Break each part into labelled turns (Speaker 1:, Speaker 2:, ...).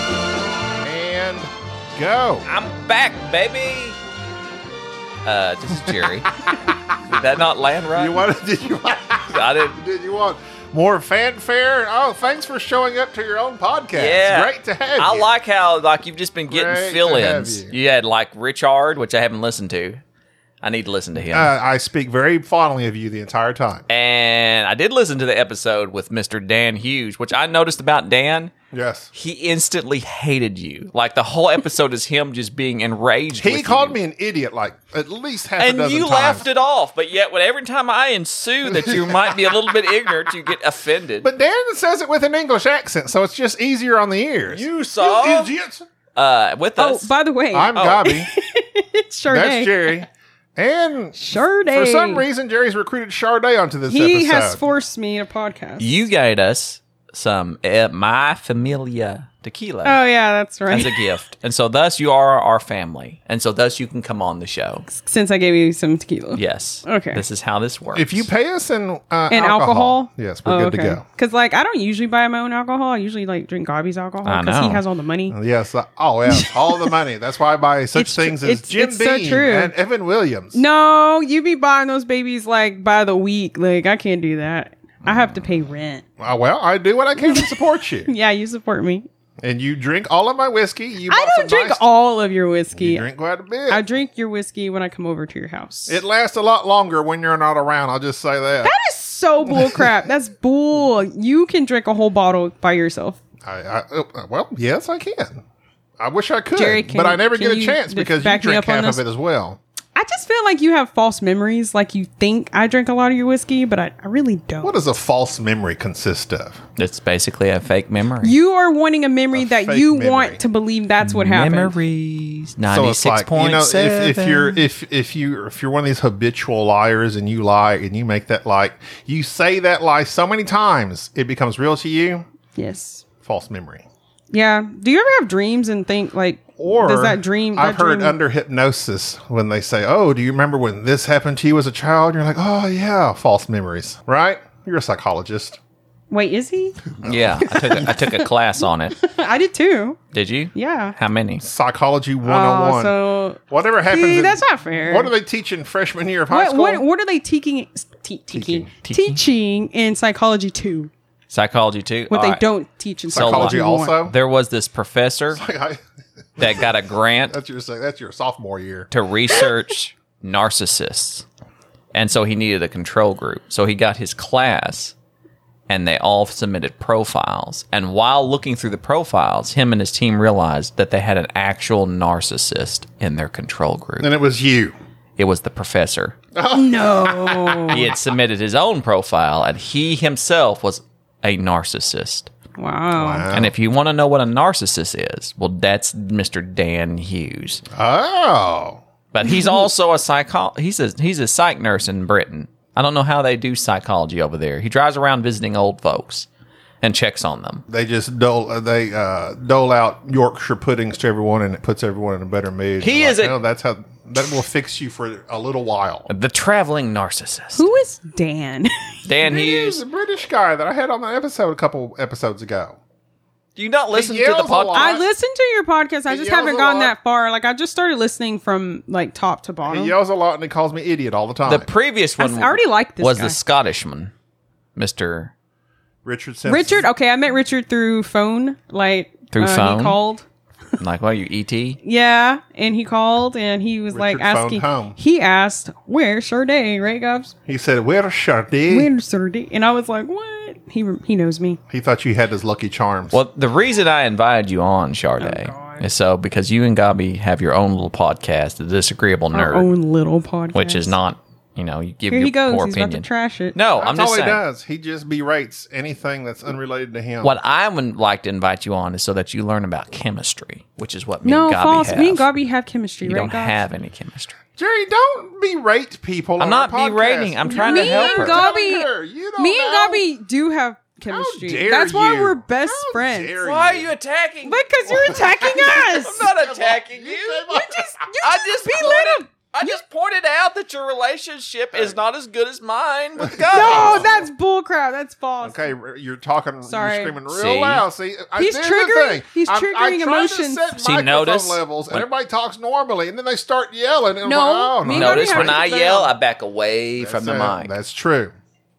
Speaker 1: And go.
Speaker 2: I'm back, baby. Uh, this is Jerry. Did that not land right?
Speaker 1: You want? Did you want?
Speaker 2: I didn't.
Speaker 1: Did you want more fanfare? Oh, thanks for showing up to your own podcast.
Speaker 2: Yeah,
Speaker 1: great to have
Speaker 2: I
Speaker 1: you.
Speaker 2: like how like you've just been getting
Speaker 1: Great to
Speaker 2: fill-ins.
Speaker 1: have you.
Speaker 2: You. had like Richard, which I haven't listened to. I need to listen to him.
Speaker 1: Uh, I speak very fondly of you the entire time.
Speaker 2: and I did listen to the episode with Mr. Dan Hughes, which I noticed about Dan.
Speaker 1: Yes.
Speaker 2: He instantly hated you. Like the whole episode is him just being enraged.
Speaker 1: He
Speaker 2: with
Speaker 1: called
Speaker 2: you.
Speaker 1: me an idiot like at least half a
Speaker 2: and
Speaker 1: dozen
Speaker 2: you
Speaker 1: times.
Speaker 2: laughed it off. But yet, when every time I ensue that you might be a little bit ignorant, you get offended.
Speaker 1: But Dan says it with an English accent, so it's just easier on the ears.
Speaker 2: You saw?
Speaker 1: idiots.
Speaker 2: uh, with
Speaker 3: Oh,
Speaker 2: us,
Speaker 3: by the way,
Speaker 1: I'm
Speaker 2: Oh.
Speaker 1: Gobby.
Speaker 3: it's
Speaker 1: That's
Speaker 3: Charday.
Speaker 1: Jerry. And
Speaker 3: Charday.
Speaker 1: for some reason, Jerry's recruited Charday onto this
Speaker 3: he
Speaker 1: episode.
Speaker 3: has forced me to podcast.
Speaker 2: you gave us some uh, My Familia tequila
Speaker 3: oh yeah, that's right.
Speaker 2: as a gift. And so, thus, you are our family. And so, thus, you can come on the show.
Speaker 3: Since I gave you some tequila
Speaker 2: Yes.
Speaker 3: Okay.
Speaker 2: This is how this works.
Speaker 1: If you pay us in uh,
Speaker 3: and alcohol.
Speaker 1: yes, we're
Speaker 3: Oh,
Speaker 1: good to
Speaker 3: okay.
Speaker 1: go.
Speaker 3: Cause like I don't usually buy my own alcohol. I usually like drink Gobby's alcohol
Speaker 2: I
Speaker 3: because he
Speaker 2: know.
Speaker 3: has all the money.
Speaker 1: Yes. uh, Oh, yeah. All the money. That's why I buy such
Speaker 3: It's tr-
Speaker 1: things as
Speaker 3: it's-
Speaker 1: Jim
Speaker 3: it's so
Speaker 1: Beam
Speaker 3: true.
Speaker 1: and Evan Williams.
Speaker 3: No, you be buying those babies like by the week. Like I can't do that. I have to pay rent.
Speaker 1: Uh, well, I do what I can to support you.
Speaker 3: Yeah, you support me.
Speaker 1: And you drink all of my whiskey. You
Speaker 3: I
Speaker 1: bought some
Speaker 3: don't drink
Speaker 1: nice-
Speaker 3: all of your whiskey.
Speaker 1: You drink quite a bit.
Speaker 3: I drink your whiskey when I come over to your house.
Speaker 1: it lasts a lot longer when you're not around. I'll just say that.
Speaker 3: that is so bull crap. That's bull. You can drink a whole bottle by yourself.
Speaker 1: I, I, uh, well, yes, I can. I wish I could,
Speaker 3: Jerry, can
Speaker 1: but I
Speaker 3: you-
Speaker 1: never
Speaker 3: can
Speaker 1: get a
Speaker 3: you
Speaker 1: chance
Speaker 3: d-
Speaker 1: because you
Speaker 3: back me
Speaker 1: drink
Speaker 3: up on
Speaker 1: half of
Speaker 3: this?
Speaker 1: it as well.
Speaker 3: I just feel like you have false memories. Like you think I drink a lot of your whiskey, but I, I really don't.
Speaker 1: What does a false memory consist of?
Speaker 2: it's basically a fake memory.
Speaker 3: you are wanting a memory that
Speaker 1: fake
Speaker 3: you
Speaker 1: memory.
Speaker 3: want to believe that's what happened.
Speaker 2: Memories.
Speaker 1: So it's
Speaker 2: Ninety-six
Speaker 1: like you
Speaker 2: point
Speaker 1: know, if,
Speaker 2: seven.
Speaker 1: if you're if if you if you're one of these habitual liars and you lie and you make that lie, you say that lie so many times it becomes real to you.
Speaker 3: Yes.
Speaker 1: False memory.
Speaker 3: Yeah. Do you ever have dreams and think like,
Speaker 1: Or
Speaker 3: does that dream?
Speaker 1: I've
Speaker 3: that
Speaker 1: heard
Speaker 3: dream-
Speaker 1: under hypnosis when they say, "Oh, do you remember when this happened to you as a child?" And you're like, "Oh yeah, false memories." Right? You're a psychologist.
Speaker 3: Wait, is he?
Speaker 2: yeah, I took, a, I took a class on it.
Speaker 3: I did too.
Speaker 2: Did you?
Speaker 3: Yeah.
Speaker 2: How many?
Speaker 1: Psychology
Speaker 3: Oh,
Speaker 1: 101.
Speaker 3: so
Speaker 1: Whatever happens
Speaker 3: see,
Speaker 1: in-
Speaker 3: that's not fair.
Speaker 1: What do they teach in freshman year of high
Speaker 3: what,
Speaker 1: school?
Speaker 3: what what are they teaching? Te- teaching,
Speaker 2: Teaching.
Speaker 3: teaching in psychology too.
Speaker 2: Psychology too.
Speaker 3: What
Speaker 2: All
Speaker 3: they
Speaker 2: right.
Speaker 3: don't teach in
Speaker 2: So like-
Speaker 3: psychology,
Speaker 1: Psychology
Speaker 3: one.
Speaker 1: also.
Speaker 2: There was this professor that got a grant
Speaker 1: that's your that's your sophomore year.
Speaker 2: to research narcissists. And so he needed a control group. So he got his class and they all submitted profiles. And while looking through the profiles, him and his team realized that they had an actual narcissist in their control group.
Speaker 1: And it was you.
Speaker 2: It was the professor.
Speaker 3: No.
Speaker 2: He had submitted his own profile and he himself was a narcissist.
Speaker 3: wow.
Speaker 2: And if you want to know what a narcissist is, well, that's Mr. Dan Hughes.
Speaker 1: Oh.
Speaker 2: But he's also a psycho. He's a he's a psych nurse in Britain. I don't know how they do psychology over there. He drives around visiting old folks and checks on them.
Speaker 1: They just dole uh, they uh, dole out Yorkshire puddings to everyone, and it puts everyone in a better mood.
Speaker 2: He
Speaker 1: They're
Speaker 2: is a-
Speaker 1: "Oh, that's how that will fix you for a little while.
Speaker 2: The traveling narcissist,
Speaker 3: Who is Dan?
Speaker 2: Dan
Speaker 1: He is
Speaker 2: Hughes.
Speaker 1: a British guy that I had on that episode a couple episodes ago.
Speaker 2: Do you not listen
Speaker 1: He
Speaker 2: to the
Speaker 1: yells a lot.
Speaker 2: podcast?
Speaker 3: I listened to your podcast. I
Speaker 1: He yells
Speaker 3: just haven't
Speaker 1: a
Speaker 3: gotten
Speaker 1: lot.
Speaker 3: that far. Like I just started listening from like top to
Speaker 1: He
Speaker 3: bottom.
Speaker 1: yells a lot and he calls me idiot all the time.
Speaker 2: The previous
Speaker 3: I
Speaker 2: one
Speaker 3: s- I already like this
Speaker 2: was
Speaker 3: guy.
Speaker 2: the Scottishman, Mister.
Speaker 1: Richard Simpson.
Speaker 3: Richard. Okay, I met Richard through phone. Like
Speaker 2: Through
Speaker 3: uh,
Speaker 2: phone?
Speaker 3: he called.
Speaker 2: I'm like, well, you E ET?
Speaker 3: Yeah, and he called and he was like
Speaker 1: Richard phoned
Speaker 3: asking.
Speaker 1: home.
Speaker 3: He asked, "Where's Sade?" Right, Gobs?
Speaker 1: He said, "Where's Shardy?"
Speaker 3: Where's Sade? And I was like, "What?" He he knows me.
Speaker 1: He thought you had his lucky charms.
Speaker 2: Well, the reason I invited you on, Sade,
Speaker 3: Oh,
Speaker 2: is so because you and Gabi have your own little podcast, The Disagreeable
Speaker 3: Our
Speaker 2: Nerd,
Speaker 3: own little podcast,
Speaker 2: which is not, you know, you give
Speaker 3: Here
Speaker 2: your
Speaker 3: he goes.
Speaker 2: poor
Speaker 3: He's
Speaker 2: opinion.
Speaker 3: about to trash it.
Speaker 2: no,
Speaker 1: that's
Speaker 2: I'm
Speaker 1: all
Speaker 2: just
Speaker 1: he
Speaker 2: saying.
Speaker 1: does. He just berates anything that's unrelated to him.
Speaker 2: What I would like to invite you on is so that you learn about chemistry, which is what me
Speaker 3: no,
Speaker 2: and Gabi
Speaker 3: false.
Speaker 2: have.
Speaker 3: Me and Gabi have chemistry,
Speaker 2: you
Speaker 3: right?
Speaker 2: don't
Speaker 3: Gobs?
Speaker 2: have any chemistry.
Speaker 1: Jerry, don't berate people. on
Speaker 2: I'm
Speaker 1: our
Speaker 2: not berating.
Speaker 1: podcast.
Speaker 2: I'm trying
Speaker 3: me
Speaker 2: to help her.
Speaker 3: and
Speaker 1: Tell
Speaker 3: Gabi,
Speaker 1: her, you don't
Speaker 3: me and
Speaker 1: know.
Speaker 3: Gabi do have
Speaker 1: How
Speaker 3: chemistry.
Speaker 1: dare
Speaker 3: That's why
Speaker 1: you.
Speaker 3: we're best
Speaker 1: How
Speaker 3: friends.
Speaker 1: dare
Speaker 2: Why are you attacking?
Speaker 3: Because you're attacking us.
Speaker 2: I'm not attacking you.
Speaker 1: You just
Speaker 3: You
Speaker 2: I just
Speaker 3: be
Speaker 2: pointed,
Speaker 3: little.
Speaker 2: I just pointed out that your relationship is not as good as mine with Gabi.
Speaker 3: No, that's bullcrap. That's false.
Speaker 1: Okay, r- you're talking,
Speaker 3: Sorry.
Speaker 1: you're screaming real
Speaker 2: See?
Speaker 1: loud. See, I,
Speaker 3: He's
Speaker 1: there's
Speaker 3: triggering-
Speaker 1: The thing.
Speaker 3: he's
Speaker 1: I'm-
Speaker 3: triggering
Speaker 1: I'm trying
Speaker 3: emotions.
Speaker 1: To set
Speaker 2: See,
Speaker 1: microphone
Speaker 2: notice-
Speaker 1: levels, and
Speaker 2: when-
Speaker 1: everybody talks normally, and then they start yelling. And I'm
Speaker 3: No,
Speaker 1: like, oh,
Speaker 3: me
Speaker 1: no, no,
Speaker 3: and Gabi
Speaker 2: Notice
Speaker 1: that's
Speaker 3: have
Speaker 2: when
Speaker 3: to
Speaker 2: I
Speaker 3: sit
Speaker 2: yell,
Speaker 3: down.
Speaker 2: I back away from the
Speaker 1: it.
Speaker 2: mic.
Speaker 1: That's true.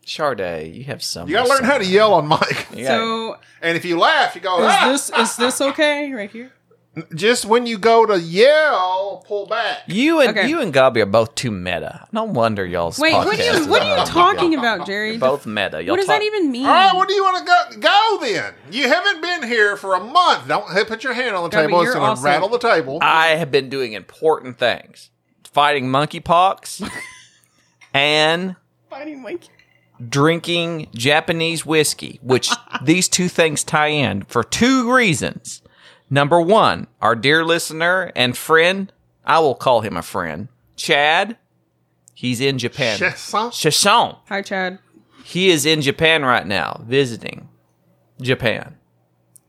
Speaker 2: Charday, you have some.
Speaker 1: You gotta learn how to yell on mic.
Speaker 2: You gotta-
Speaker 3: So
Speaker 1: And if you laugh, you go.
Speaker 3: is
Speaker 1: "Ah!"
Speaker 3: this is this okay right here?
Speaker 1: Just when you go to yell, pull back.
Speaker 2: you and
Speaker 3: Okay.
Speaker 2: you and Gabi are both too meta. No wonder y'all's
Speaker 3: Wait,
Speaker 2: podcast
Speaker 3: what are you
Speaker 2: is
Speaker 3: what are you
Speaker 2: about-
Speaker 3: talking about, Jerry?
Speaker 2: You're both meta. Y'all
Speaker 3: what does
Speaker 2: talk-
Speaker 3: that even mean?
Speaker 1: All right, where do you want to go? Go then. You haven't been here for a month. Don't hey, put your hand on the
Speaker 3: Yeah, but
Speaker 1: table. It's
Speaker 3: you're
Speaker 1: going to
Speaker 3: also-
Speaker 1: rattle the table.
Speaker 2: I have been doing important things, fighting monkeypox, and
Speaker 3: Fighting like
Speaker 2: drinking Japanese whiskey, which these two things tie in for two reasons. Number one, our dear listener and friend, I will call him a friend, Chad. He's in Japan.
Speaker 1: Yes,
Speaker 2: Shishon.
Speaker 3: Hi Chad.
Speaker 2: He is in Japan right now, visiting Japan.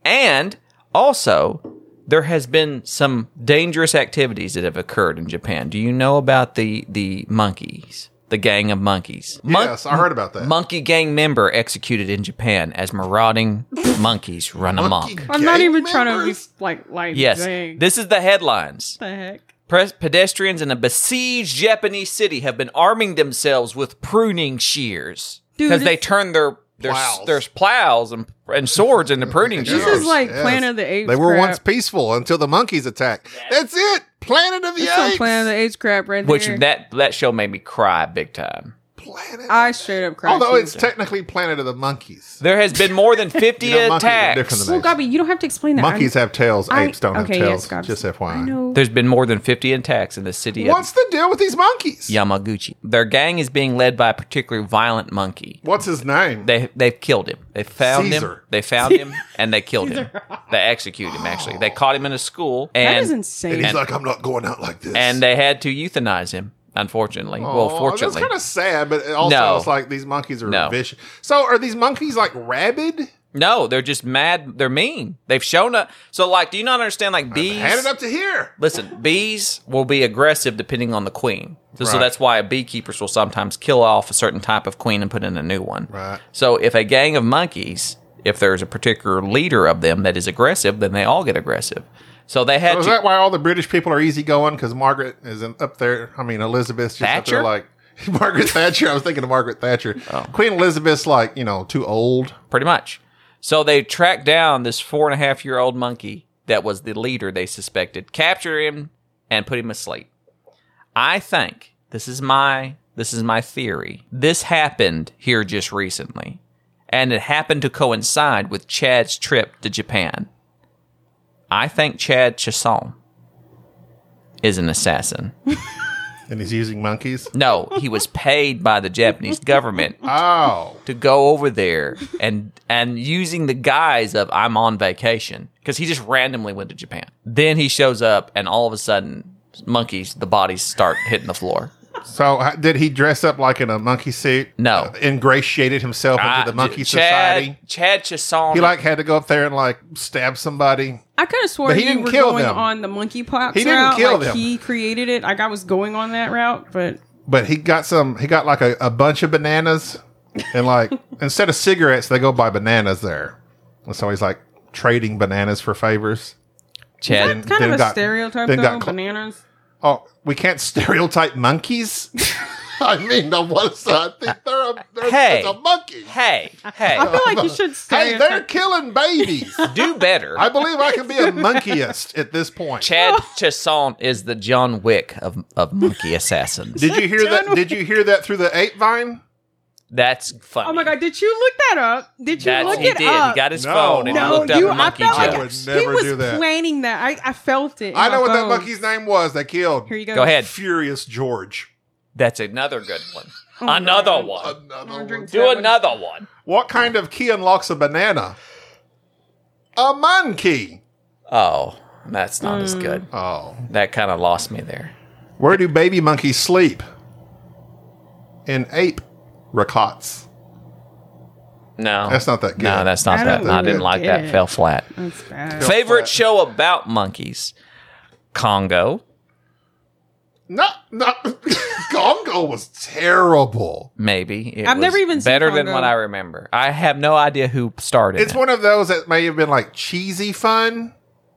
Speaker 2: And also, there has been some dangerous activities that have occurred in Japan. Do you know about the the monkeys? The gang of monkeys. Mon-
Speaker 1: yes, I heard about that.
Speaker 2: Monkey gang member executed in Japan as marauding monkeys run amok.
Speaker 1: Monkey
Speaker 3: I'm not
Speaker 1: gang
Speaker 3: even trying to be
Speaker 1: members?
Speaker 3: like like
Speaker 2: Yes,
Speaker 3: dang.
Speaker 2: this is the headlines.
Speaker 3: what the heck?
Speaker 2: Pres- pedestrians in a besieged Japanese city have been arming themselves with pruning shears
Speaker 3: Dude,
Speaker 2: because they
Speaker 3: it's-
Speaker 2: turn their their
Speaker 1: Plows.
Speaker 2: their plows and, and swords into pruning
Speaker 1: Yes,
Speaker 3: This
Speaker 2: shears.
Speaker 3: is like
Speaker 1: yes.
Speaker 3: Planet of the Apes.
Speaker 1: They were
Speaker 3: crap.
Speaker 1: once peaceful until the monkeys attacked. That's it. Planet of the
Speaker 3: That's some
Speaker 1: Apes.
Speaker 3: Planet of the Apes crap right
Speaker 2: which
Speaker 3: there.
Speaker 2: that that show made me cry big time.
Speaker 1: Planet.
Speaker 3: I straight up cried.
Speaker 1: Although
Speaker 3: too.
Speaker 1: it's technically Planet of the Monkeys.
Speaker 2: There has been more than fifty
Speaker 1: You know, monkeys are different
Speaker 2: attacks.
Speaker 1: than
Speaker 3: well, Gabby, you don't have to explain that.
Speaker 1: Monkeys
Speaker 3: I'm-
Speaker 1: have tails.
Speaker 3: I-
Speaker 1: apes don't have
Speaker 3: okay, yes,
Speaker 1: tails.
Speaker 3: Gobs.
Speaker 1: Just
Speaker 3: I
Speaker 1: FYI.
Speaker 3: know.
Speaker 2: There's been more than fifty attacks in the city of
Speaker 1: What's the deal with these monkeys?
Speaker 2: Yamaguchi. Their gang is being led by a particularly violent monkey.
Speaker 1: What's his name?
Speaker 2: They they've killed him. They found him.
Speaker 1: Caesar.
Speaker 2: They found him and they killed him. They executed him. Actually, they caught him in a school and
Speaker 3: that is
Speaker 1: and
Speaker 3: insane.
Speaker 1: he's like, I'm not going out like this.
Speaker 2: and they had to euthanize him. Unfortunately, well,
Speaker 1: Aw,
Speaker 2: fortunately,
Speaker 1: that's kind of sad. But also,
Speaker 2: No.
Speaker 1: it's like these monkeys are
Speaker 2: No.
Speaker 1: vicious. So, are these monkeys like rabid?
Speaker 2: no, they're just mad. They're mean. They've shown up. So, like, do you not understand? Like bees.
Speaker 1: Hand it up to here.
Speaker 2: Listen, bees will be aggressive depending on the queen. So, so
Speaker 1: Right.
Speaker 2: that's why beekeepers will sometimes kill off a certain type of queen and put in a new one.
Speaker 1: Right.
Speaker 2: So if a gang of monkeys, if there's a particular leader of them that is aggressive, then they all get aggressive. So they had
Speaker 1: So is
Speaker 2: to.
Speaker 1: that why all the British people are easygoing? Because Margaret is in, up there. I mean, Elizabeth's just up
Speaker 2: Thatcher?
Speaker 1: there
Speaker 2: Oh.
Speaker 1: like Margaret Thatcher. I was thinking of Margaret Thatcher. Queen Elizabeth's like, you know, too old.
Speaker 2: pretty much. So they tracked down this four and a half year old monkey that was the leader they suspected, captured him, and put him asleep. I think this is my this is my theory. This happened here just recently, and it happened to coincide with Chad's trip to Japan. I think Chad Chisholm is an assassin.
Speaker 1: And he's using monkeys.
Speaker 2: No, he was paid by the Japanese government
Speaker 1: Oh.
Speaker 2: to go over there and and using the guise of I'm on vacation because he just randomly went to Japan. Then he shows up and all of a sudden monkeys the bodies start hitting the floor.
Speaker 1: So h- did he dress up like in a monkey suit?
Speaker 2: No.
Speaker 1: Uh, ingratiated himself
Speaker 2: Ah,
Speaker 1: into the monkey
Speaker 2: Ch- Chad,
Speaker 1: society.
Speaker 2: Chad Chisholm.
Speaker 1: He like had to go up there and like stab somebody.
Speaker 3: I could have sworn
Speaker 1: But he
Speaker 3: you
Speaker 1: didn't
Speaker 3: were
Speaker 1: kill
Speaker 3: going
Speaker 1: them.
Speaker 3: on the monkey pox
Speaker 1: He didn't
Speaker 3: route.
Speaker 1: kill
Speaker 3: like
Speaker 1: them.
Speaker 3: he created it. Like I was going on that route, but
Speaker 1: but he got some he got like a, a bunch of bananas and like instead of cigarettes they go buy bananas there and so he's like trading bananas for favors
Speaker 2: Chad.
Speaker 3: kind
Speaker 1: Then
Speaker 3: of a
Speaker 1: got-
Speaker 3: stereotype
Speaker 1: then
Speaker 3: though.
Speaker 1: got cl-
Speaker 3: bananas.
Speaker 1: oh we can't stereotype monkeys I mean, on one side, they- they're a, they're
Speaker 2: Hey.
Speaker 1: it's a monkey.
Speaker 2: Hey, hey,
Speaker 3: I feel like you should say
Speaker 1: Hey, they're killing babies.
Speaker 2: do better.
Speaker 1: I believe I can be a monkeyist at this point.
Speaker 2: Chad Chasson is the John Wick of, of monkey assassins.
Speaker 1: Did you hear that? Did you hear that through the ape vine?
Speaker 2: That's funny.
Speaker 3: Oh my god! Did you look that up? Did you
Speaker 2: That's,
Speaker 3: look
Speaker 2: he
Speaker 3: it
Speaker 2: did.
Speaker 3: up?
Speaker 2: He got his
Speaker 1: No.
Speaker 2: phone and he
Speaker 3: no,
Speaker 2: looked up
Speaker 3: you. I
Speaker 2: monkey
Speaker 3: felt like
Speaker 1: I
Speaker 2: Joe.
Speaker 1: would
Speaker 3: he
Speaker 1: never
Speaker 3: was
Speaker 1: do that.
Speaker 3: planning that. I, I felt it. in
Speaker 1: I know
Speaker 3: my
Speaker 1: what that
Speaker 3: bones.
Speaker 1: monkey's name was. They killed
Speaker 3: Here you go.
Speaker 2: Go ahead.
Speaker 1: Furious George.
Speaker 2: That's another good one.
Speaker 3: Oh my
Speaker 2: another
Speaker 3: God.
Speaker 2: one.
Speaker 1: Another
Speaker 3: gonna
Speaker 1: one.
Speaker 3: drink
Speaker 2: Do
Speaker 3: that one.
Speaker 2: another one.
Speaker 1: What kind of key unlocks a banana? A monkey.
Speaker 2: Oh, that's not
Speaker 3: Hmm.
Speaker 2: as good.
Speaker 1: Oh.
Speaker 2: That kind of lost me there.
Speaker 1: Where do baby monkeys sleep? In ape ricots.
Speaker 2: No,
Speaker 1: That's not that good.
Speaker 2: No, that's not
Speaker 3: I
Speaker 2: that.
Speaker 3: don't
Speaker 2: I didn't
Speaker 3: really
Speaker 2: like that.
Speaker 3: get it.
Speaker 2: Fell flat.
Speaker 3: That's bad.
Speaker 2: Favorite
Speaker 1: flat.
Speaker 2: show about monkeys? Congo,
Speaker 1: No, no. Gongo was terrible.
Speaker 2: maybe. It
Speaker 3: I've
Speaker 2: was
Speaker 3: never even seen
Speaker 2: better than
Speaker 3: Congo.
Speaker 2: what I remember. I have no idea who started.
Speaker 1: It's
Speaker 2: it.
Speaker 1: one of those that may have been like cheesy fun,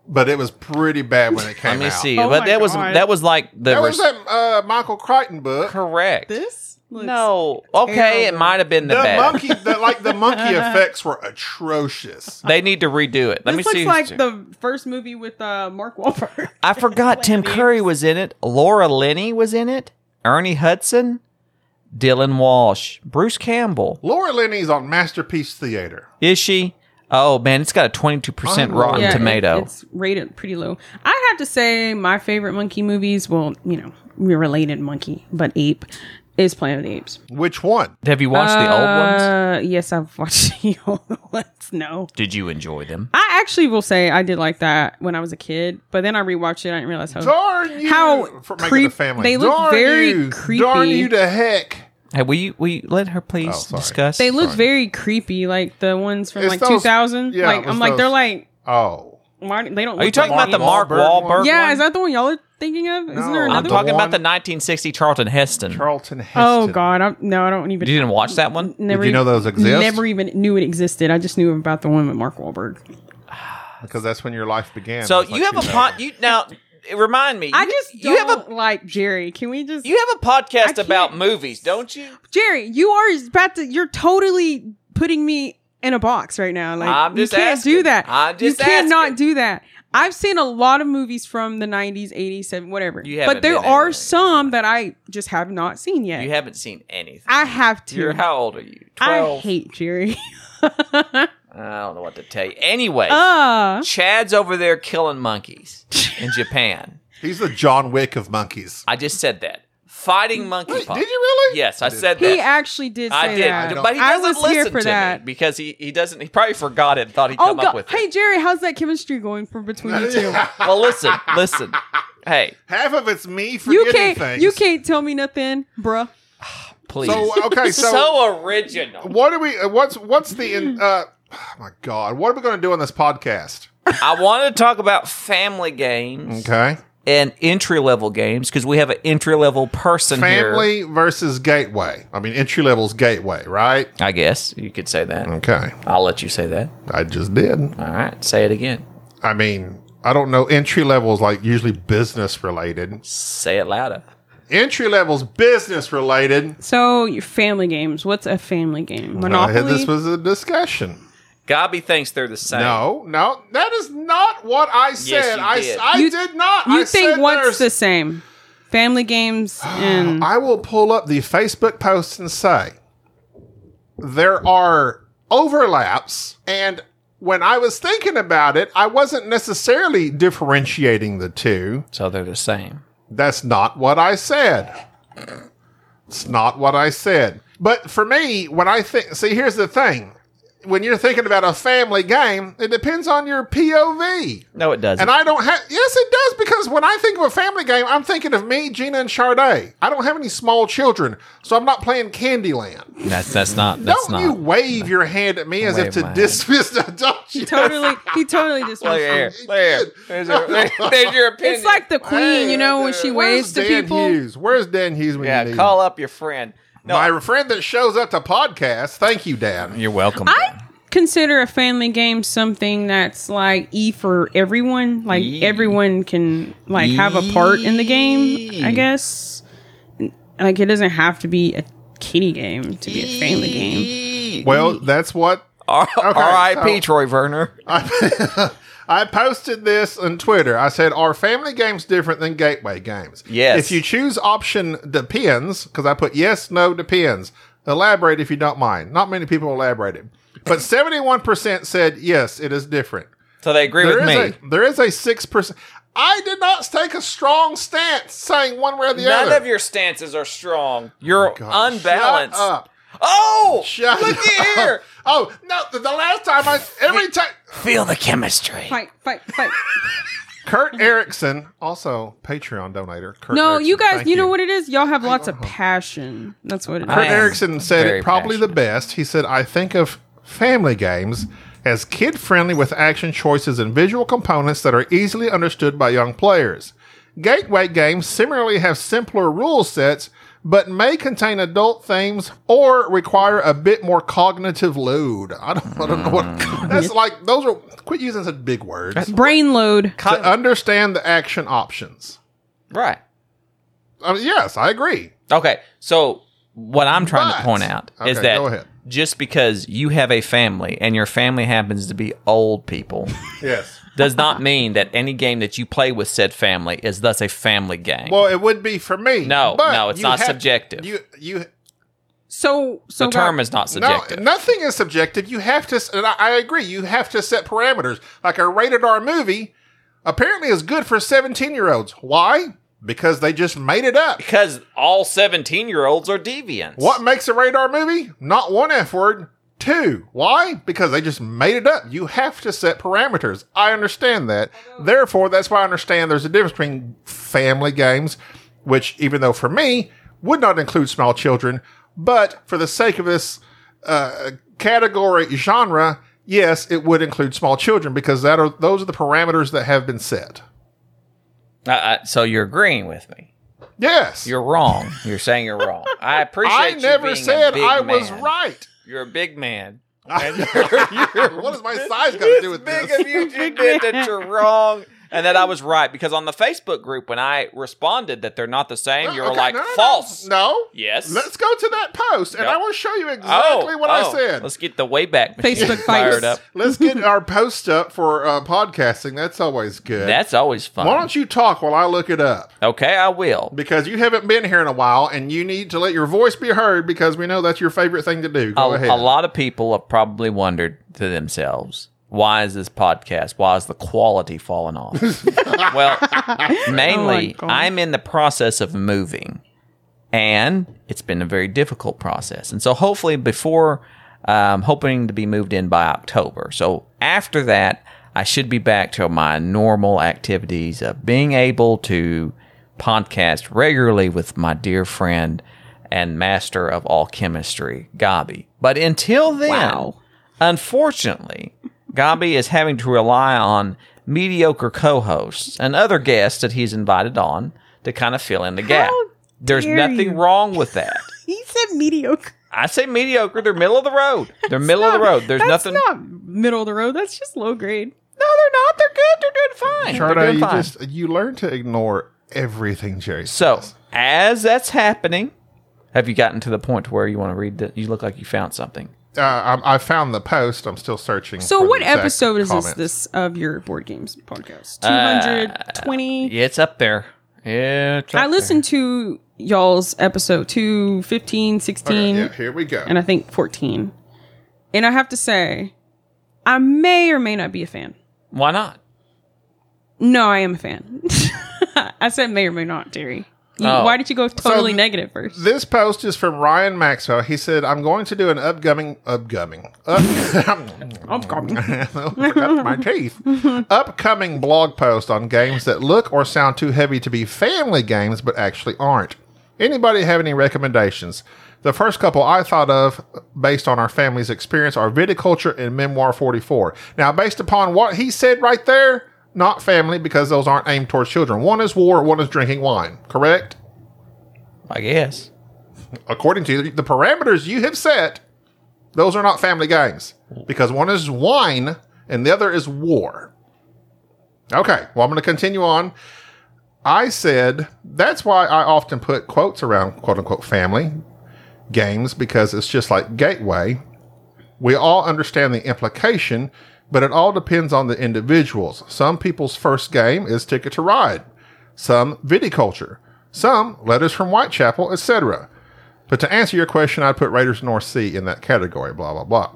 Speaker 1: but it was pretty bad when it came
Speaker 2: Let me
Speaker 1: out.
Speaker 2: see.
Speaker 3: Oh
Speaker 2: but
Speaker 3: my
Speaker 2: that was
Speaker 3: God.
Speaker 2: that was like the
Speaker 1: That was
Speaker 2: res-
Speaker 1: that uh, Michael Crichton book.
Speaker 2: correct.
Speaker 3: This looks
Speaker 2: no, okay, it
Speaker 3: terrible.
Speaker 2: might have been the,
Speaker 1: the
Speaker 2: bad.
Speaker 1: monkey, the, like the monkey effects were atrocious.
Speaker 2: They need to redo it. Let
Speaker 3: this
Speaker 2: me
Speaker 3: looks
Speaker 2: see.
Speaker 3: like
Speaker 2: who's-
Speaker 3: the first movie with uh, Mark Wahlberg.
Speaker 2: I forgot Tim Curry was in it. Laura Linney was in it. Ernie Hudson, Dylan Walsh, Bruce Campbell.
Speaker 1: Laura Linney's on Masterpiece Theater.
Speaker 2: Is she? Oh man, it's got a twenty-two percent
Speaker 1: Oh,
Speaker 2: Rotten
Speaker 1: yeah, it-
Speaker 2: Tomato.
Speaker 3: it- it's rated pretty low. I have to say, my favorite monkey movies. Well, you know, we're related monkey, but ape is Planet of the Apes.
Speaker 1: Which one?
Speaker 2: have you watched the old ones?
Speaker 3: Uh, yes, I've watched the old ones. No,
Speaker 2: Did you enjoy them?
Speaker 3: I actually will say I did like that when I was a kid, but then I rewatched it. I didn't realize how.
Speaker 1: Darn you!
Speaker 3: Oh. How
Speaker 1: for making
Speaker 3: creep-
Speaker 1: a family.
Speaker 3: they look
Speaker 1: Darn
Speaker 3: very
Speaker 1: you,
Speaker 3: creepy.
Speaker 1: Darn you to heck!
Speaker 2: Hey, will you will you let her
Speaker 1: Oh,
Speaker 2: please
Speaker 1: sorry.
Speaker 2: discuss?
Speaker 3: they look very creepy, like the ones from
Speaker 1: It's
Speaker 3: like
Speaker 1: those-
Speaker 3: two thousand.
Speaker 1: yeah,
Speaker 3: like
Speaker 1: it
Speaker 3: I'm
Speaker 1: was
Speaker 3: like they're
Speaker 1: those-
Speaker 3: like
Speaker 1: Oh,
Speaker 3: why- they don't.
Speaker 2: Are you
Speaker 3: look
Speaker 2: talking
Speaker 3: like
Speaker 2: about the Mark
Speaker 3: monkeys.
Speaker 1: Wahlberg one?
Speaker 2: Wahlberg?
Speaker 3: Yeah,
Speaker 2: one?
Speaker 3: is that the one y'all are thinking of? Isn't there
Speaker 1: No,
Speaker 2: I'm
Speaker 3: another?
Speaker 1: the
Speaker 3: one?
Speaker 2: talking about
Speaker 1: one-
Speaker 2: the 1960 Charlton Heston.
Speaker 1: Charlton Heston.
Speaker 3: Oh God, I'm, no, I don't even.
Speaker 2: you didn't watch that one?
Speaker 3: Never
Speaker 1: Did you know those exist?
Speaker 3: Never even knew it existed. I just knew about the one with Mark Wahlberg.
Speaker 1: Because that's when your life began.
Speaker 2: So
Speaker 1: It was like
Speaker 2: you have a
Speaker 1: 2000.
Speaker 2: pod. You now remind me.
Speaker 3: I
Speaker 2: you-
Speaker 3: just
Speaker 2: you have a
Speaker 3: like Jerry. Can we just
Speaker 2: you have a podcast
Speaker 3: can't-
Speaker 2: about movies, don't you?
Speaker 3: Jerry? You are about to. You're totally putting me in a box right now. Like
Speaker 2: I'm just
Speaker 3: you can't
Speaker 2: asking.
Speaker 3: do that.
Speaker 2: I'm just
Speaker 3: you cannot
Speaker 2: asking.
Speaker 3: do that. I've seen a lot of movies from the 90s, 80s, 70s, whatever.
Speaker 2: You haven't
Speaker 3: but there
Speaker 2: been in
Speaker 3: are
Speaker 2: it.
Speaker 3: some that I just have not seen yet.
Speaker 2: You haven't seen anything.
Speaker 3: I have to.
Speaker 2: You're how old are you?
Speaker 3: I
Speaker 2: Twelve.
Speaker 3: hate Jerry.
Speaker 2: I don't know what to tell you. Anyway,
Speaker 3: uh,
Speaker 2: Chad's over there killing monkeys in Japan.
Speaker 1: He's the John Wick of monkeys.
Speaker 2: I just said that. Fighting monkey.
Speaker 1: Wait,
Speaker 2: pop-
Speaker 1: did you really?
Speaker 2: Yes, I
Speaker 1: did.
Speaker 2: said
Speaker 3: he
Speaker 2: that.
Speaker 3: actually did say
Speaker 2: I did,
Speaker 3: that.
Speaker 1: don't-
Speaker 2: but he
Speaker 3: I
Speaker 2: doesn't
Speaker 3: was
Speaker 2: listen
Speaker 3: here for
Speaker 2: to
Speaker 3: that.
Speaker 2: me because he, he doesn't. He probably forgot it. and Thought he'd
Speaker 3: Oh
Speaker 2: come up
Speaker 3: God!
Speaker 2: with
Speaker 3: Hey
Speaker 2: it.
Speaker 3: Jerry, how's that chemistry going from between you two?
Speaker 2: Well, listen, listen. Hey,
Speaker 1: Half of it's me forgetting
Speaker 3: you can't,
Speaker 1: things.
Speaker 3: you can't tell me nothing, bruh.
Speaker 2: please.
Speaker 1: So okay, so,
Speaker 2: so original.
Speaker 1: what do we? uh, What's what's the? In, uh, oh my God, what are we going to do on this podcast?
Speaker 2: I want to talk about family games
Speaker 1: Okay,
Speaker 2: and entry level games because we have an entry level person here.
Speaker 1: family versus gateway. I mean, entry level's gateway, right?
Speaker 2: I guess you could say that.
Speaker 1: Okay,
Speaker 2: I'll let you say that.
Speaker 1: I just did.
Speaker 2: All right, say it again.
Speaker 1: I mean, I don't know. Entry level's like usually business related.
Speaker 2: Say it louder.
Speaker 1: Entry level's business related.
Speaker 3: So your family games. What's a family game? Monopoly.
Speaker 1: Uh, this was a discussion.
Speaker 2: Gobby thinks they're the same.
Speaker 1: No, no, that is not what I said.
Speaker 2: you
Speaker 1: I,
Speaker 2: did.
Speaker 1: I
Speaker 3: You-
Speaker 1: did not.
Speaker 3: you
Speaker 1: I
Speaker 3: think
Speaker 1: said
Speaker 3: what's
Speaker 1: there's-
Speaker 3: the same? Family games and
Speaker 1: I will pull up the Facebook post and say there are overlaps. And when I was thinking about it, I wasn't necessarily differentiating the two.
Speaker 2: So they're the same.
Speaker 1: That's not what I said. It's not what I said. But for me, when I think, see, here's the thing. When you're thinking about a family game, it depends on your POV.
Speaker 2: No, it doesn't.
Speaker 1: And I don't have. Yes, it does because when I think of a family game, I'm thinking of me, Gina, and Charday. I don't have any small children, so I'm not playing Candyland.
Speaker 2: that's that's not that's
Speaker 1: don't
Speaker 2: not.
Speaker 1: you wave your hand at me as
Speaker 2: wave
Speaker 1: if
Speaker 2: my
Speaker 1: to
Speaker 2: hand.
Speaker 1: dismiss the don't you?
Speaker 3: totally. He totally just.
Speaker 2: Look here, look here. There's, your, there's your opinion.
Speaker 3: It's like the queen,
Speaker 1: Hey,
Speaker 3: you know, when she
Speaker 1: where's
Speaker 3: waves to
Speaker 1: Dan
Speaker 3: people.
Speaker 1: Hughes? Where's Dan Hughes when you
Speaker 2: yeah.
Speaker 1: need
Speaker 2: Call up your friend.
Speaker 1: him? My friend that shows up to podcasts. Thank you, Dan.
Speaker 2: You're welcome.
Speaker 3: I consider a family game something that's like E for everyone. Like
Speaker 2: E. E.
Speaker 3: everyone can like have a part in the game, I guess. Like it doesn't have to be a kiddie game to be a
Speaker 2: E.
Speaker 3: family game.
Speaker 1: Well, that's what
Speaker 2: R- R.I.P.
Speaker 1: so-
Speaker 2: Troy Werner.
Speaker 1: I, I posted this on Twitter. I said, Are family games different than gateway games?
Speaker 2: Yes.
Speaker 1: If you choose option depends, because I put yes, no, depends. Elaborate if you don't mind. Not many people elaborated. But 71% said yes, it is different.
Speaker 2: So they agree
Speaker 1: There
Speaker 2: with me.
Speaker 1: is, a, there is a 6%. I did not take a strong stance saying one way or the
Speaker 2: None
Speaker 1: other.
Speaker 2: of your stances are strong. You're
Speaker 1: Oh God,
Speaker 2: unbalanced.
Speaker 1: Shut up.
Speaker 2: Oh,
Speaker 1: Shut
Speaker 2: look
Speaker 1: up.
Speaker 2: here.
Speaker 1: Oh, no. The, the last time I, every time.
Speaker 2: Feel the chemistry.
Speaker 3: Fight, fight, fight.
Speaker 1: Kurt Erickson, also Patreon donator. Kurt
Speaker 3: no, you
Speaker 1: Erickson,
Speaker 3: guys,
Speaker 1: thank
Speaker 3: you, know what it is? Y'all have lots of passion. That's what it
Speaker 2: I
Speaker 1: Kurt
Speaker 3: is.
Speaker 2: am
Speaker 1: Erickson said
Speaker 2: very
Speaker 1: it probably
Speaker 2: passionate.
Speaker 1: the best. He said, I think of family games as kid friendly with action choices and visual components that are easily understood by young players. Gateway games similarly have simpler rule sets, but may contain adult themes or require a bit more cognitive load. I don't, I don't know
Speaker 2: Hmm.
Speaker 1: what. That's like, those are. Quit using such big words.
Speaker 3: Brain load.
Speaker 1: To understand the action options.
Speaker 2: Right.
Speaker 1: I mean, yes, I agree.
Speaker 2: Okay. So what I'm trying to
Speaker 1: But-
Speaker 2: point out is
Speaker 1: Okay,
Speaker 2: that
Speaker 1: go ahead.
Speaker 2: just because you have a family and your family happens to be old people
Speaker 1: Yes.
Speaker 2: does not mean that any game that you play with said family is thus a family game.
Speaker 1: Well, it would be for me.
Speaker 2: No,
Speaker 1: but
Speaker 2: no, it's
Speaker 1: you
Speaker 2: not subjective.
Speaker 1: You, you,
Speaker 3: So, so
Speaker 2: the term
Speaker 3: guys-
Speaker 2: is not
Speaker 1: no,
Speaker 2: subjective.
Speaker 1: nothing is subjective. You have to, s- and I, I agree. You have to set parameters. Like a rated R movie, apparently is good for seventeen-year-olds. Why? Because they just made it up.
Speaker 2: Because all 17 year olds are deviants.
Speaker 1: What makes a rated R movie? Not one F word. Two. Why? Because they just made it up. You have to set parameters. I understand that. Therefore, that's why I understand there's a difference between family games, which, even though for me, would not include small children, but for the sake of this uh, category genre, yes, it would include small children because that are those are the parameters that have been set.
Speaker 2: Uh, uh, so you're agreeing with me.
Speaker 1: Yes,
Speaker 2: You're wrong. You're saying you're wrong. I appreciate
Speaker 1: I
Speaker 2: you
Speaker 1: never
Speaker 2: being a
Speaker 1: said
Speaker 2: big
Speaker 1: I was
Speaker 2: man.
Speaker 1: right.
Speaker 2: You're a big man.
Speaker 1: what does my size got to do with
Speaker 2: big
Speaker 1: this?
Speaker 2: of you to admit that you're wrong and that I was right because on the Facebook group when I responded that they're not the same, you were
Speaker 1: Uh, Okay,
Speaker 2: like
Speaker 1: no, no, no.
Speaker 2: false.
Speaker 1: No.
Speaker 2: Yes.
Speaker 1: Let's go to that post, and
Speaker 2: Yep.
Speaker 1: I will show you
Speaker 2: Oh,
Speaker 1: exactly what I
Speaker 2: oh,
Speaker 1: said. Let's,
Speaker 2: Let's get the Wayback Machine
Speaker 3: Facebook
Speaker 2: fired
Speaker 3: fights.
Speaker 2: up.
Speaker 1: get our post up for uh, podcasting. That's always good.
Speaker 2: That's always fun.
Speaker 1: Why don't you talk while I look it up?
Speaker 2: okay, I will.
Speaker 1: Because you haven't been here in a while, and you need to let your voice be heard because we know that's your favorite thing to do. Go
Speaker 2: a,
Speaker 1: ahead.
Speaker 2: a lot of people have probably wondered to themselves, why is this podcast? Why is the quality falling off? well, mainly,
Speaker 3: God.
Speaker 2: I'm in the process of moving, and it's been a very difficult process. And so, hopefully, before um, hoping to be moved in by October. So, after that, I should be back to my normal activities of being able to podcast regularly with my dear friend and master of all chemistry, Gabi. But until then,
Speaker 3: Wow.
Speaker 2: Unfortunately, Gabi is having to rely on mediocre co hosts and other guests that he's invited on to kind of fill in the gap. There's
Speaker 3: dare
Speaker 2: nothing
Speaker 3: you.
Speaker 2: wrong with that.
Speaker 3: he said mediocre.
Speaker 2: I say mediocre, they're middle of the road. They're middle of the road. There's
Speaker 3: That's
Speaker 2: nothing.
Speaker 3: not middle of the road. That's just low grade.
Speaker 2: no, they're not. They're good. They're doing fine.
Speaker 1: Charda,
Speaker 2: they're doing
Speaker 1: you
Speaker 2: fine.
Speaker 1: just you learn to ignore everything, Jerry.
Speaker 2: so,
Speaker 1: says.
Speaker 2: as that's happening, have you gotten to the point where you want to read that? You look like you found something.
Speaker 1: uh, I, I found the post. I'm still searching.
Speaker 3: So,
Speaker 1: for the
Speaker 3: what
Speaker 1: exact
Speaker 3: episode is this,
Speaker 1: comments.
Speaker 3: this of your board games podcast? 220.
Speaker 2: Uh, Yeah, it's up there. Yeah, it's up
Speaker 3: I listened to y'all's episode 2, 15, 16,
Speaker 1: Okay, yeah, here we go.
Speaker 3: and I think 14. And I have to say, I may or may not be a fan.
Speaker 2: There. Why not?
Speaker 3: No, I am a fan. I said may or may not, Terry. You,
Speaker 2: Oh.
Speaker 3: Why did you go totally
Speaker 1: th-
Speaker 3: negative first?
Speaker 1: This post is from Ryan Maxwell. He said, "I'm going to do an upcoming, upcoming, up, forgot my teeth, upcoming blog post on games that look or sound too heavy to be family games, but actually aren't. Anybody have any recommendations? The first couple I thought of, based on our family's experience, are Viticulture and Memoir 44. Now, based upon what he said right there, not family because those aren't aimed towards children. One is war, one is drinking wine. Correct."
Speaker 2: I guess.
Speaker 1: according to the parameters you have set, those are not family games because one is wine and the other is war. Okay, well, I'm going to continue on. I said that's why I often put quotes around quote unquote family games because it's just like gateway. We all understand the implication, but it all depends on the individuals. Some people's first game is Ticket to Ride, some Viticulture, some Letters from Whitechapel, etc. But to answer your question, I'd put Raiders of the North Sea in that category, blah, blah, blah.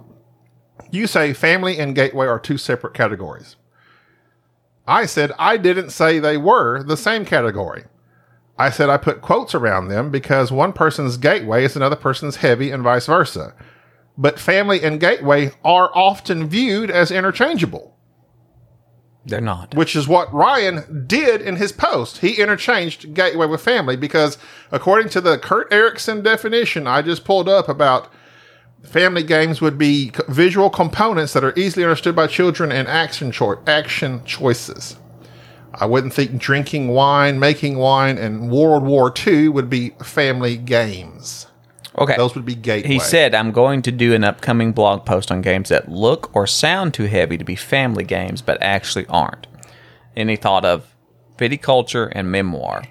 Speaker 1: You say family and gateway are two separate categories. I said I didn't say they were the same category. I said I put quotes around them because one person's gateway is another person's heavy and vice versa. But family and gateway are often viewed as interchangeable,
Speaker 2: They're not.
Speaker 1: which is what Ryan did in his post. He interchanged gateway with family because, according to the Kurt Erickson definition I just pulled up about family games, would be c- visual components that are easily understood by children and action cho- action choices. I wouldn't think drinking wine, making wine, and World War II would be family games.
Speaker 2: Okay.
Speaker 1: Those would be gateway.
Speaker 2: He said, I'm going to do an upcoming blog post on games that look or sound too heavy to be family games, but actually aren't. And he thought of viticulture and memoir.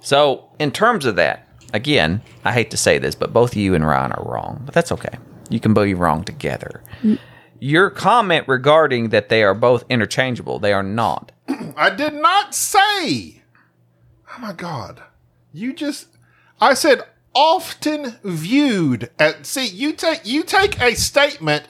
Speaker 2: So, in terms of that, again, I hate to say this, but both you and Ryan are wrong, but that's okay. You can be wrong together. Your comment regarding that they are both interchangeable, they are not.
Speaker 1: I did not say. Oh my god. You just I said often viewed at see you take you take a statement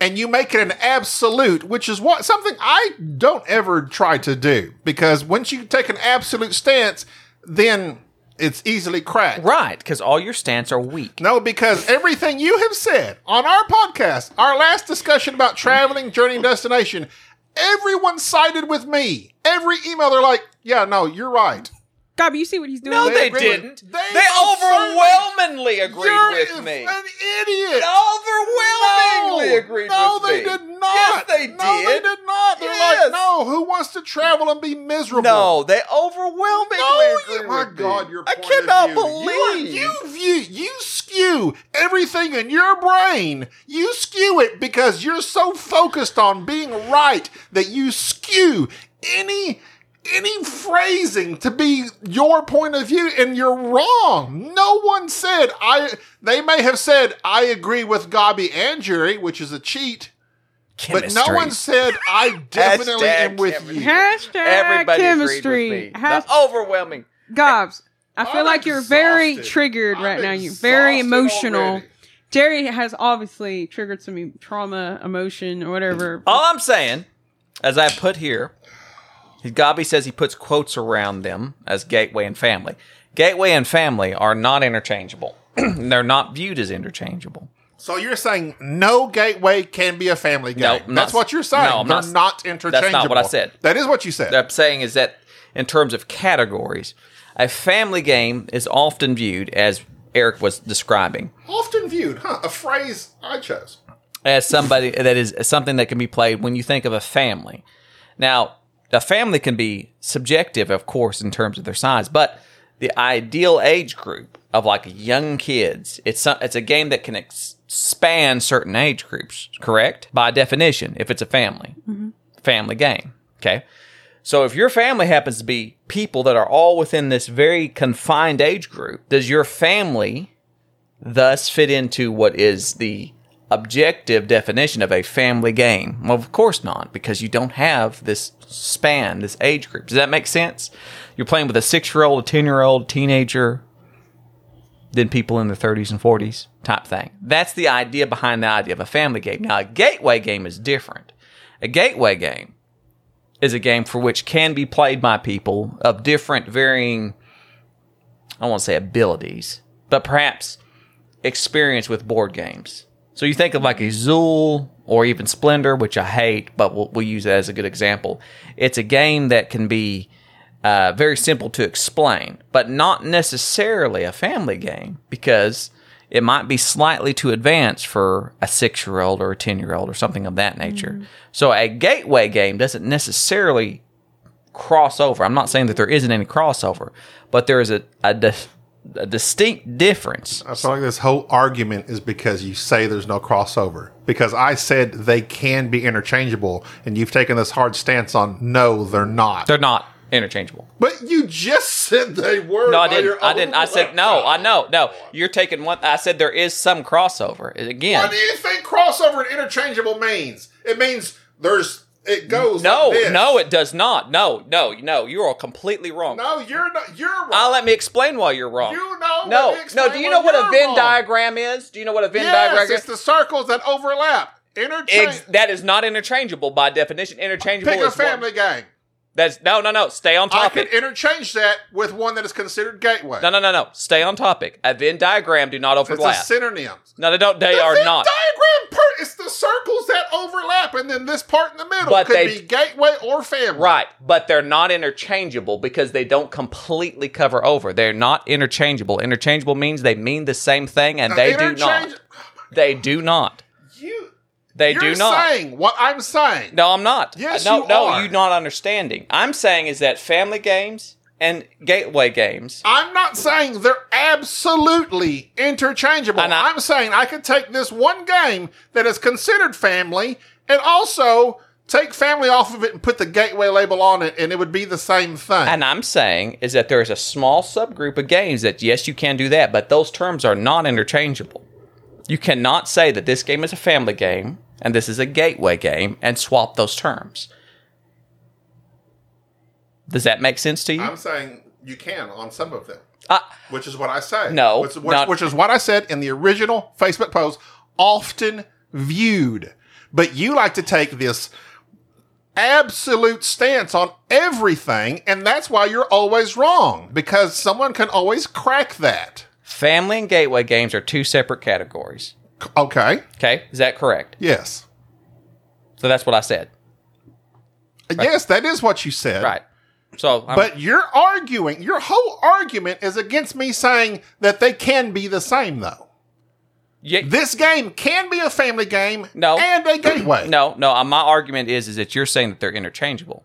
Speaker 1: and you make it an absolute, which is what something I don't ever try to do because once you take an absolute stance, then it's easily cracked.
Speaker 2: Right, because all your stance are weak.
Speaker 1: No, because everything you have said on our podcast, our last discussion about traveling, journey, and destination, everyone sided with me. Every email, they're like, yeah, no, you're right.
Speaker 3: Gabby, you see what he's doing?
Speaker 2: No,
Speaker 1: They
Speaker 2: they,
Speaker 1: agree
Speaker 2: didn't.
Speaker 1: with-
Speaker 2: They,
Speaker 1: they
Speaker 2: overwhelmingly agreed
Speaker 1: you're
Speaker 2: with me.
Speaker 1: an idiot.
Speaker 2: overwhelmingly
Speaker 1: no,
Speaker 2: agreed
Speaker 1: no,
Speaker 2: with
Speaker 1: they
Speaker 2: me.
Speaker 1: did not.
Speaker 2: Yes, they did.
Speaker 1: No, they did not. They're
Speaker 2: Yes.
Speaker 1: like, no, who wants to travel and be miserable?
Speaker 2: No, they overwhelmingly
Speaker 1: No,
Speaker 2: agree
Speaker 1: you- my
Speaker 2: with
Speaker 1: God,
Speaker 2: me.
Speaker 1: your
Speaker 2: I
Speaker 1: point
Speaker 2: cannot
Speaker 1: of view.
Speaker 2: believe
Speaker 1: you, are- you view you skew everything in your brain. You skew it because you're so focused on being right that you skew any any phrasing to be your point of view and you're wrong. No one said I they may have said I agree with Gobby and Jerry, which is a cheat,
Speaker 2: Chemistry.
Speaker 1: but no one said I definitely am with
Speaker 2: chemistry.
Speaker 1: you.
Speaker 3: Hashtag
Speaker 2: Everybody
Speaker 3: chemistry.
Speaker 2: agreed with me.
Speaker 3: Has-
Speaker 2: the overwhelming.
Speaker 3: Gobs, I feel
Speaker 1: I'm
Speaker 3: like you're very
Speaker 1: exhausted.
Speaker 3: triggered
Speaker 1: I'm
Speaker 3: right now. You're very
Speaker 1: exhausted
Speaker 3: emotional.
Speaker 1: already.
Speaker 3: Jerry has obviously triggered some trauma, emotion, or whatever.
Speaker 2: All I'm saying, as I put here, Gabi says he puts quotes around them as gateway and family. Gateway and family are not interchangeable. They're not viewed as interchangeable.
Speaker 1: So you're saying no gateway can be a family game.
Speaker 2: No, I'm
Speaker 1: that's
Speaker 2: not-
Speaker 1: what you're saying.
Speaker 2: no, I'm
Speaker 1: They're
Speaker 2: not-
Speaker 1: not interchangeable.
Speaker 2: what I said.
Speaker 1: That is what you said.
Speaker 2: I'm saying is that in terms of categories, a family game is often viewed as Eric was describing
Speaker 1: Often viewed, huh? A phrase I chose.
Speaker 2: as somebody that is something that can be played when you think of a family. Now, a family can be subjective, of course, in terms of their size, but the ideal age group of like young kids, it's some, it's a game that can ex- span certain age groups, correct? By definition, if it's a family family game, okay. So if your family happens to be people that are all within this very confined age group, does your family thus fit into what is the objective definition of a family game? Well, of course not, because you don't have this span, this age group. Does that make sense? You're playing with a six year old, a 10 year old, teenager, then people in their 30s and 40s type thing. That's the idea behind the idea of a family game. Now, a gateway game is different. A gateway game is a game for which can be played by people of different, varying, I won't say abilities, but perhaps experience with board games. So you think of like a Zool or even Splendor, which I hate, but we'll, we'll use that as a good example. It's a game that can be uh, very simple to explain, but not necessarily a family game because it might be slightly too advanced for a six year old or a 10 year old or something of that nature. So a gateway game doesn't necessarily crossover. I'm not saying that there isn't any crossover, but there is a, a, dis- a distinct difference
Speaker 1: I feel like this whole argument is because you say there's no crossover. Because I said they can be interchangeable, and you've taken this hard stance on no, they're not.
Speaker 2: They're not. interchangeable.
Speaker 1: But you just said they were.
Speaker 2: No, I
Speaker 1: by
Speaker 2: didn't.
Speaker 1: your
Speaker 2: I
Speaker 1: own
Speaker 2: didn't. I said no. I know. No, you're taking one. I said there is some crossover. Again,
Speaker 1: What do you think crossover and interchangeable means? It means there's it goes.
Speaker 2: no,
Speaker 1: like this.
Speaker 2: no, it does not. No, no, no. You are completely wrong.
Speaker 1: no. You're not. You're wrong.
Speaker 2: I'll let me explain why you're wrong.
Speaker 1: You know, let
Speaker 2: No,
Speaker 1: me explain
Speaker 2: no. Do you
Speaker 1: why
Speaker 2: know what a
Speaker 1: you're
Speaker 2: Venn
Speaker 1: wrong.
Speaker 2: diagram is? Do you know what a Venn
Speaker 1: yes,
Speaker 2: diagram
Speaker 1: it's
Speaker 2: is?
Speaker 1: the circles that overlap.
Speaker 2: Ex-
Speaker 1: Interchange.
Speaker 2: that is not interchangeable by definition. Interchangeable
Speaker 1: Pick a
Speaker 2: is one-
Speaker 1: family game.
Speaker 2: That's no, no, no. Stay on
Speaker 1: I could
Speaker 2: topic.
Speaker 1: interchange that with one that is considered gateway.
Speaker 2: No, no, no, no. Stay on topic. A Venn diagram do not
Speaker 1: it's a
Speaker 2: overlap.
Speaker 1: synonym.
Speaker 2: No, they don't. They
Speaker 1: The
Speaker 2: are
Speaker 1: Venn
Speaker 2: not.
Speaker 1: diagram part. It's the circles that overlap, and then this part in the middle
Speaker 2: But
Speaker 1: could
Speaker 2: they-
Speaker 1: be gateway or family.
Speaker 2: Right, but they're not interchangeable because they don't completely cover over. They're not interchangeable. Interchangeable means they mean the same thing, and
Speaker 1: Now,
Speaker 2: they do
Speaker 1: Uh, interchange-
Speaker 2: not. They do not.
Speaker 1: You.
Speaker 2: They
Speaker 1: You're
Speaker 2: do not.
Speaker 1: saying what I'm saying.
Speaker 2: No, I'm not. Uh,
Speaker 1: Yes,
Speaker 2: no,
Speaker 1: you
Speaker 2: no,
Speaker 1: are.
Speaker 2: you're not understanding. I'm saying is that family games and gateway games.
Speaker 1: I'm not saying they're absolutely interchangeable.
Speaker 2: And I-
Speaker 1: I'm saying I could take this one game that is considered family and also take family off of it and put the gateway label on it, and it would be the same thing.
Speaker 2: And I'm saying is that there is a small subgroup of games that yes, you can do that, but those terms are not interchangeable. You cannot say that this game is a family game and this is a gateway game and swap those terms. Does that make sense to you?
Speaker 1: I'm saying you can on some of them,
Speaker 2: Uh,
Speaker 1: which is what I say.
Speaker 2: No,
Speaker 1: which, which-
Speaker 2: not-
Speaker 1: which is what I said in the original Facebook post, often viewed. But you like to take this absolute stance on everything, and that's why you're always wrong because someone can always crack that.
Speaker 2: family and gateway games are two separate categories.
Speaker 1: Okay,
Speaker 2: Okay, is that correct?
Speaker 1: yes,
Speaker 2: So that's what I said.
Speaker 1: yes, that is what you said.
Speaker 2: Right. Um, So, I'm,
Speaker 1: But you're arguing, your whole argument is against me saying that they can be the same, though.
Speaker 2: yeah,
Speaker 1: This game can be a family game
Speaker 2: No.
Speaker 1: and a gateway.
Speaker 2: no, no. uh, My argument is is that you're saying that they're interchangeable.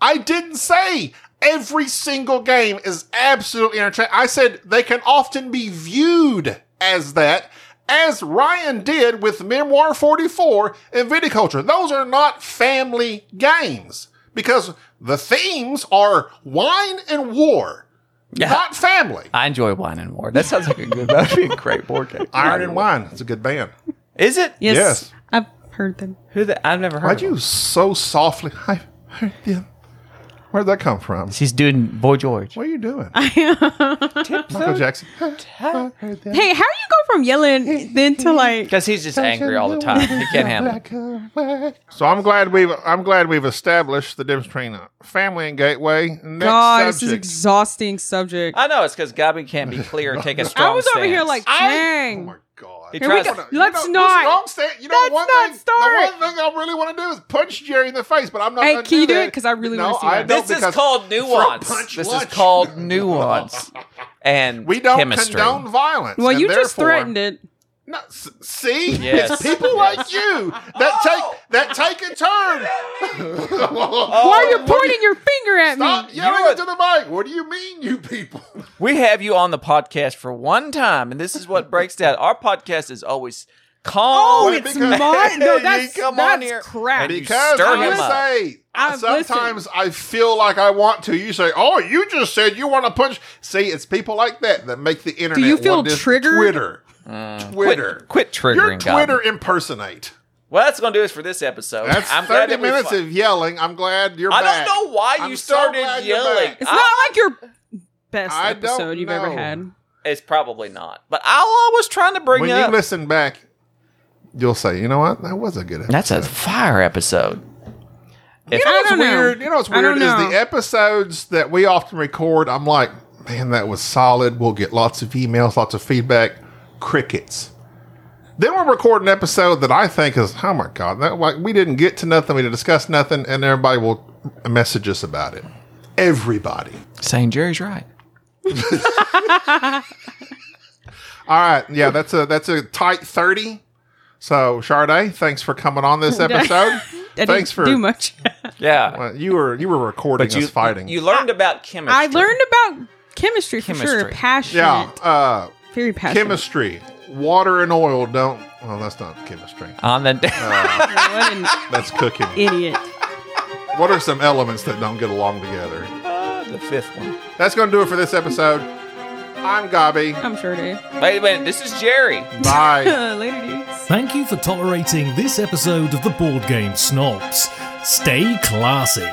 Speaker 1: I didn't say every single game is absolutely interchangeable. I said they can often be viewed as that, as Ryan did with Memoir 44 and Viticulture. Those are not family games because the themes are wine and war,
Speaker 2: Yeah.
Speaker 1: not family.
Speaker 2: I enjoy wine and war. That sounds like a good. That'd be a great board game.
Speaker 1: Iron and Wine. It's a good band.
Speaker 2: Is it?
Speaker 3: Yes,
Speaker 1: Yes.
Speaker 3: I've heard them.
Speaker 2: Who the? I've never heard.
Speaker 1: Why'd
Speaker 2: of him.
Speaker 1: you so softly? I heard them. Where'd that come from?
Speaker 2: She's doing Boy George.
Speaker 1: What are you doing? Michael
Speaker 2: Because
Speaker 1: Jackson. heard that.
Speaker 3: Hey, how do you go from yelling then to like?
Speaker 2: he's just angry all the time. He can't handle. it.
Speaker 1: So I'm glad we've I'm glad we've established the difference between uh, family and gateway. Next
Speaker 3: God, this is
Speaker 1: subject.
Speaker 3: exhausting subject. I,
Speaker 2: I know it's because Gabby can't be clear and take a strong.
Speaker 3: was over here
Speaker 2: stance.
Speaker 3: like,
Speaker 1: I-
Speaker 3: dang.
Speaker 1: Oh my god.
Speaker 2: He Here we tries- go.
Speaker 1: You
Speaker 3: Let's
Speaker 1: know, this
Speaker 3: not-
Speaker 1: wrong stand- you know,
Speaker 3: let's
Speaker 1: one
Speaker 3: not
Speaker 1: thing,
Speaker 3: start.
Speaker 1: The one thing I really want to do is punch Jerry in the face, but I'm not.
Speaker 3: Hey,
Speaker 1: gonna
Speaker 3: can you do
Speaker 1: that.
Speaker 3: it? 'Cause I really
Speaker 1: no,
Speaker 3: wanna see
Speaker 1: I
Speaker 3: that.
Speaker 1: don't,
Speaker 2: this is
Speaker 1: because
Speaker 2: called
Speaker 1: throat
Speaker 2: nuance.
Speaker 1: punch
Speaker 2: This
Speaker 1: lunch.
Speaker 2: is called nuance. And
Speaker 1: We don't
Speaker 2: chemistry.
Speaker 1: condone violence.
Speaker 3: well,
Speaker 1: and
Speaker 3: you just
Speaker 1: therefore-
Speaker 3: threatened it.
Speaker 1: No, s- see,
Speaker 2: Yes.
Speaker 1: it's people like you that take that take a turn. Oh,
Speaker 2: Oh,
Speaker 3: Why are you pointing your finger at
Speaker 1: Stop
Speaker 3: me?
Speaker 1: yelling
Speaker 2: You're-
Speaker 1: into the mic. What do you mean, you people?
Speaker 2: We have you on the podcast for one time, and this is what breaks down. Our podcast is always calm.
Speaker 3: Oh,
Speaker 1: Well,
Speaker 3: it's
Speaker 1: because-
Speaker 3: mine. No,
Speaker 2: You
Speaker 3: that's
Speaker 2: come on here
Speaker 3: that's crap.
Speaker 2: and you-
Speaker 1: Because
Speaker 2: stir
Speaker 1: I
Speaker 2: him
Speaker 1: would
Speaker 2: up.
Speaker 1: say,
Speaker 3: I-
Speaker 1: sometimes I feel like I want to. You say, "Oh, you just said you want to punch." See, it's people like that that make the internet.
Speaker 3: you feel
Speaker 1: what it is.
Speaker 3: triggered?
Speaker 1: Twitter, Twitter,
Speaker 2: Mm. Quit
Speaker 1: Your
Speaker 2: triggering Gabby.
Speaker 1: Twitter impersonate.
Speaker 2: Well, that's going to do us for this episode.
Speaker 1: That's
Speaker 2: I'm glad
Speaker 1: thirty
Speaker 2: that we
Speaker 1: minutes
Speaker 2: fi-
Speaker 1: of yelling. I'm glad you're.
Speaker 2: I don't
Speaker 1: back.
Speaker 2: know why you
Speaker 1: I'm so
Speaker 2: started
Speaker 1: glad you're back.
Speaker 2: yelling.
Speaker 3: It's
Speaker 2: I-
Speaker 3: not like your best
Speaker 1: I don't
Speaker 3: episode you've ever
Speaker 1: know.
Speaker 3: had.
Speaker 2: It's probably not. But all I was trying to bring
Speaker 1: When
Speaker 2: up.
Speaker 1: you listen back, you'll say, "You know what? That was a good." Episode.
Speaker 2: that's a fire episode. If-
Speaker 3: I
Speaker 1: What's
Speaker 3: don't know.
Speaker 1: weird, you know what's
Speaker 3: I
Speaker 1: weird
Speaker 3: don't
Speaker 1: is
Speaker 3: know.
Speaker 1: the episodes that we often record. I'm like, man, that was solid. We'll get lots of emails, lots of feedback. Crickets. Then we'll record an episode that I think is, oh my god, that like we didn't get to nothing, we didn't discuss nothing, and everybody will message us about it. Everybody.
Speaker 2: St. Jerry's right.
Speaker 1: All right, yeah, that's a that's a tight thirty. So Charday, thanks for coming on this episode.
Speaker 3: I
Speaker 1: thanks
Speaker 3: didn't
Speaker 1: for
Speaker 3: do much.
Speaker 2: Yeah.
Speaker 1: Well, you were you were recording
Speaker 2: you,
Speaker 1: us fighting.
Speaker 2: you learned about chemistry.
Speaker 3: I learned about chemistry, for sure.
Speaker 2: Chemistry.
Speaker 3: Passionate,
Speaker 1: yeah. Uh,
Speaker 3: very passionate.
Speaker 1: chemistry, water and oil don't. Well, that's not chemistry.
Speaker 2: on the
Speaker 3: What an
Speaker 1: That's cooking.
Speaker 3: idiot.
Speaker 1: What are some elements that don't get along together?
Speaker 2: the fifth one.
Speaker 1: That's going to do it for this episode. I'm Gobby.
Speaker 3: I'm sure, Dave.
Speaker 2: Wait a minute, this is Jerry.
Speaker 1: Bye.
Speaker 3: Later, dudes.
Speaker 4: Thank you for tolerating this episode of the Board Game Snobs. Stay classy.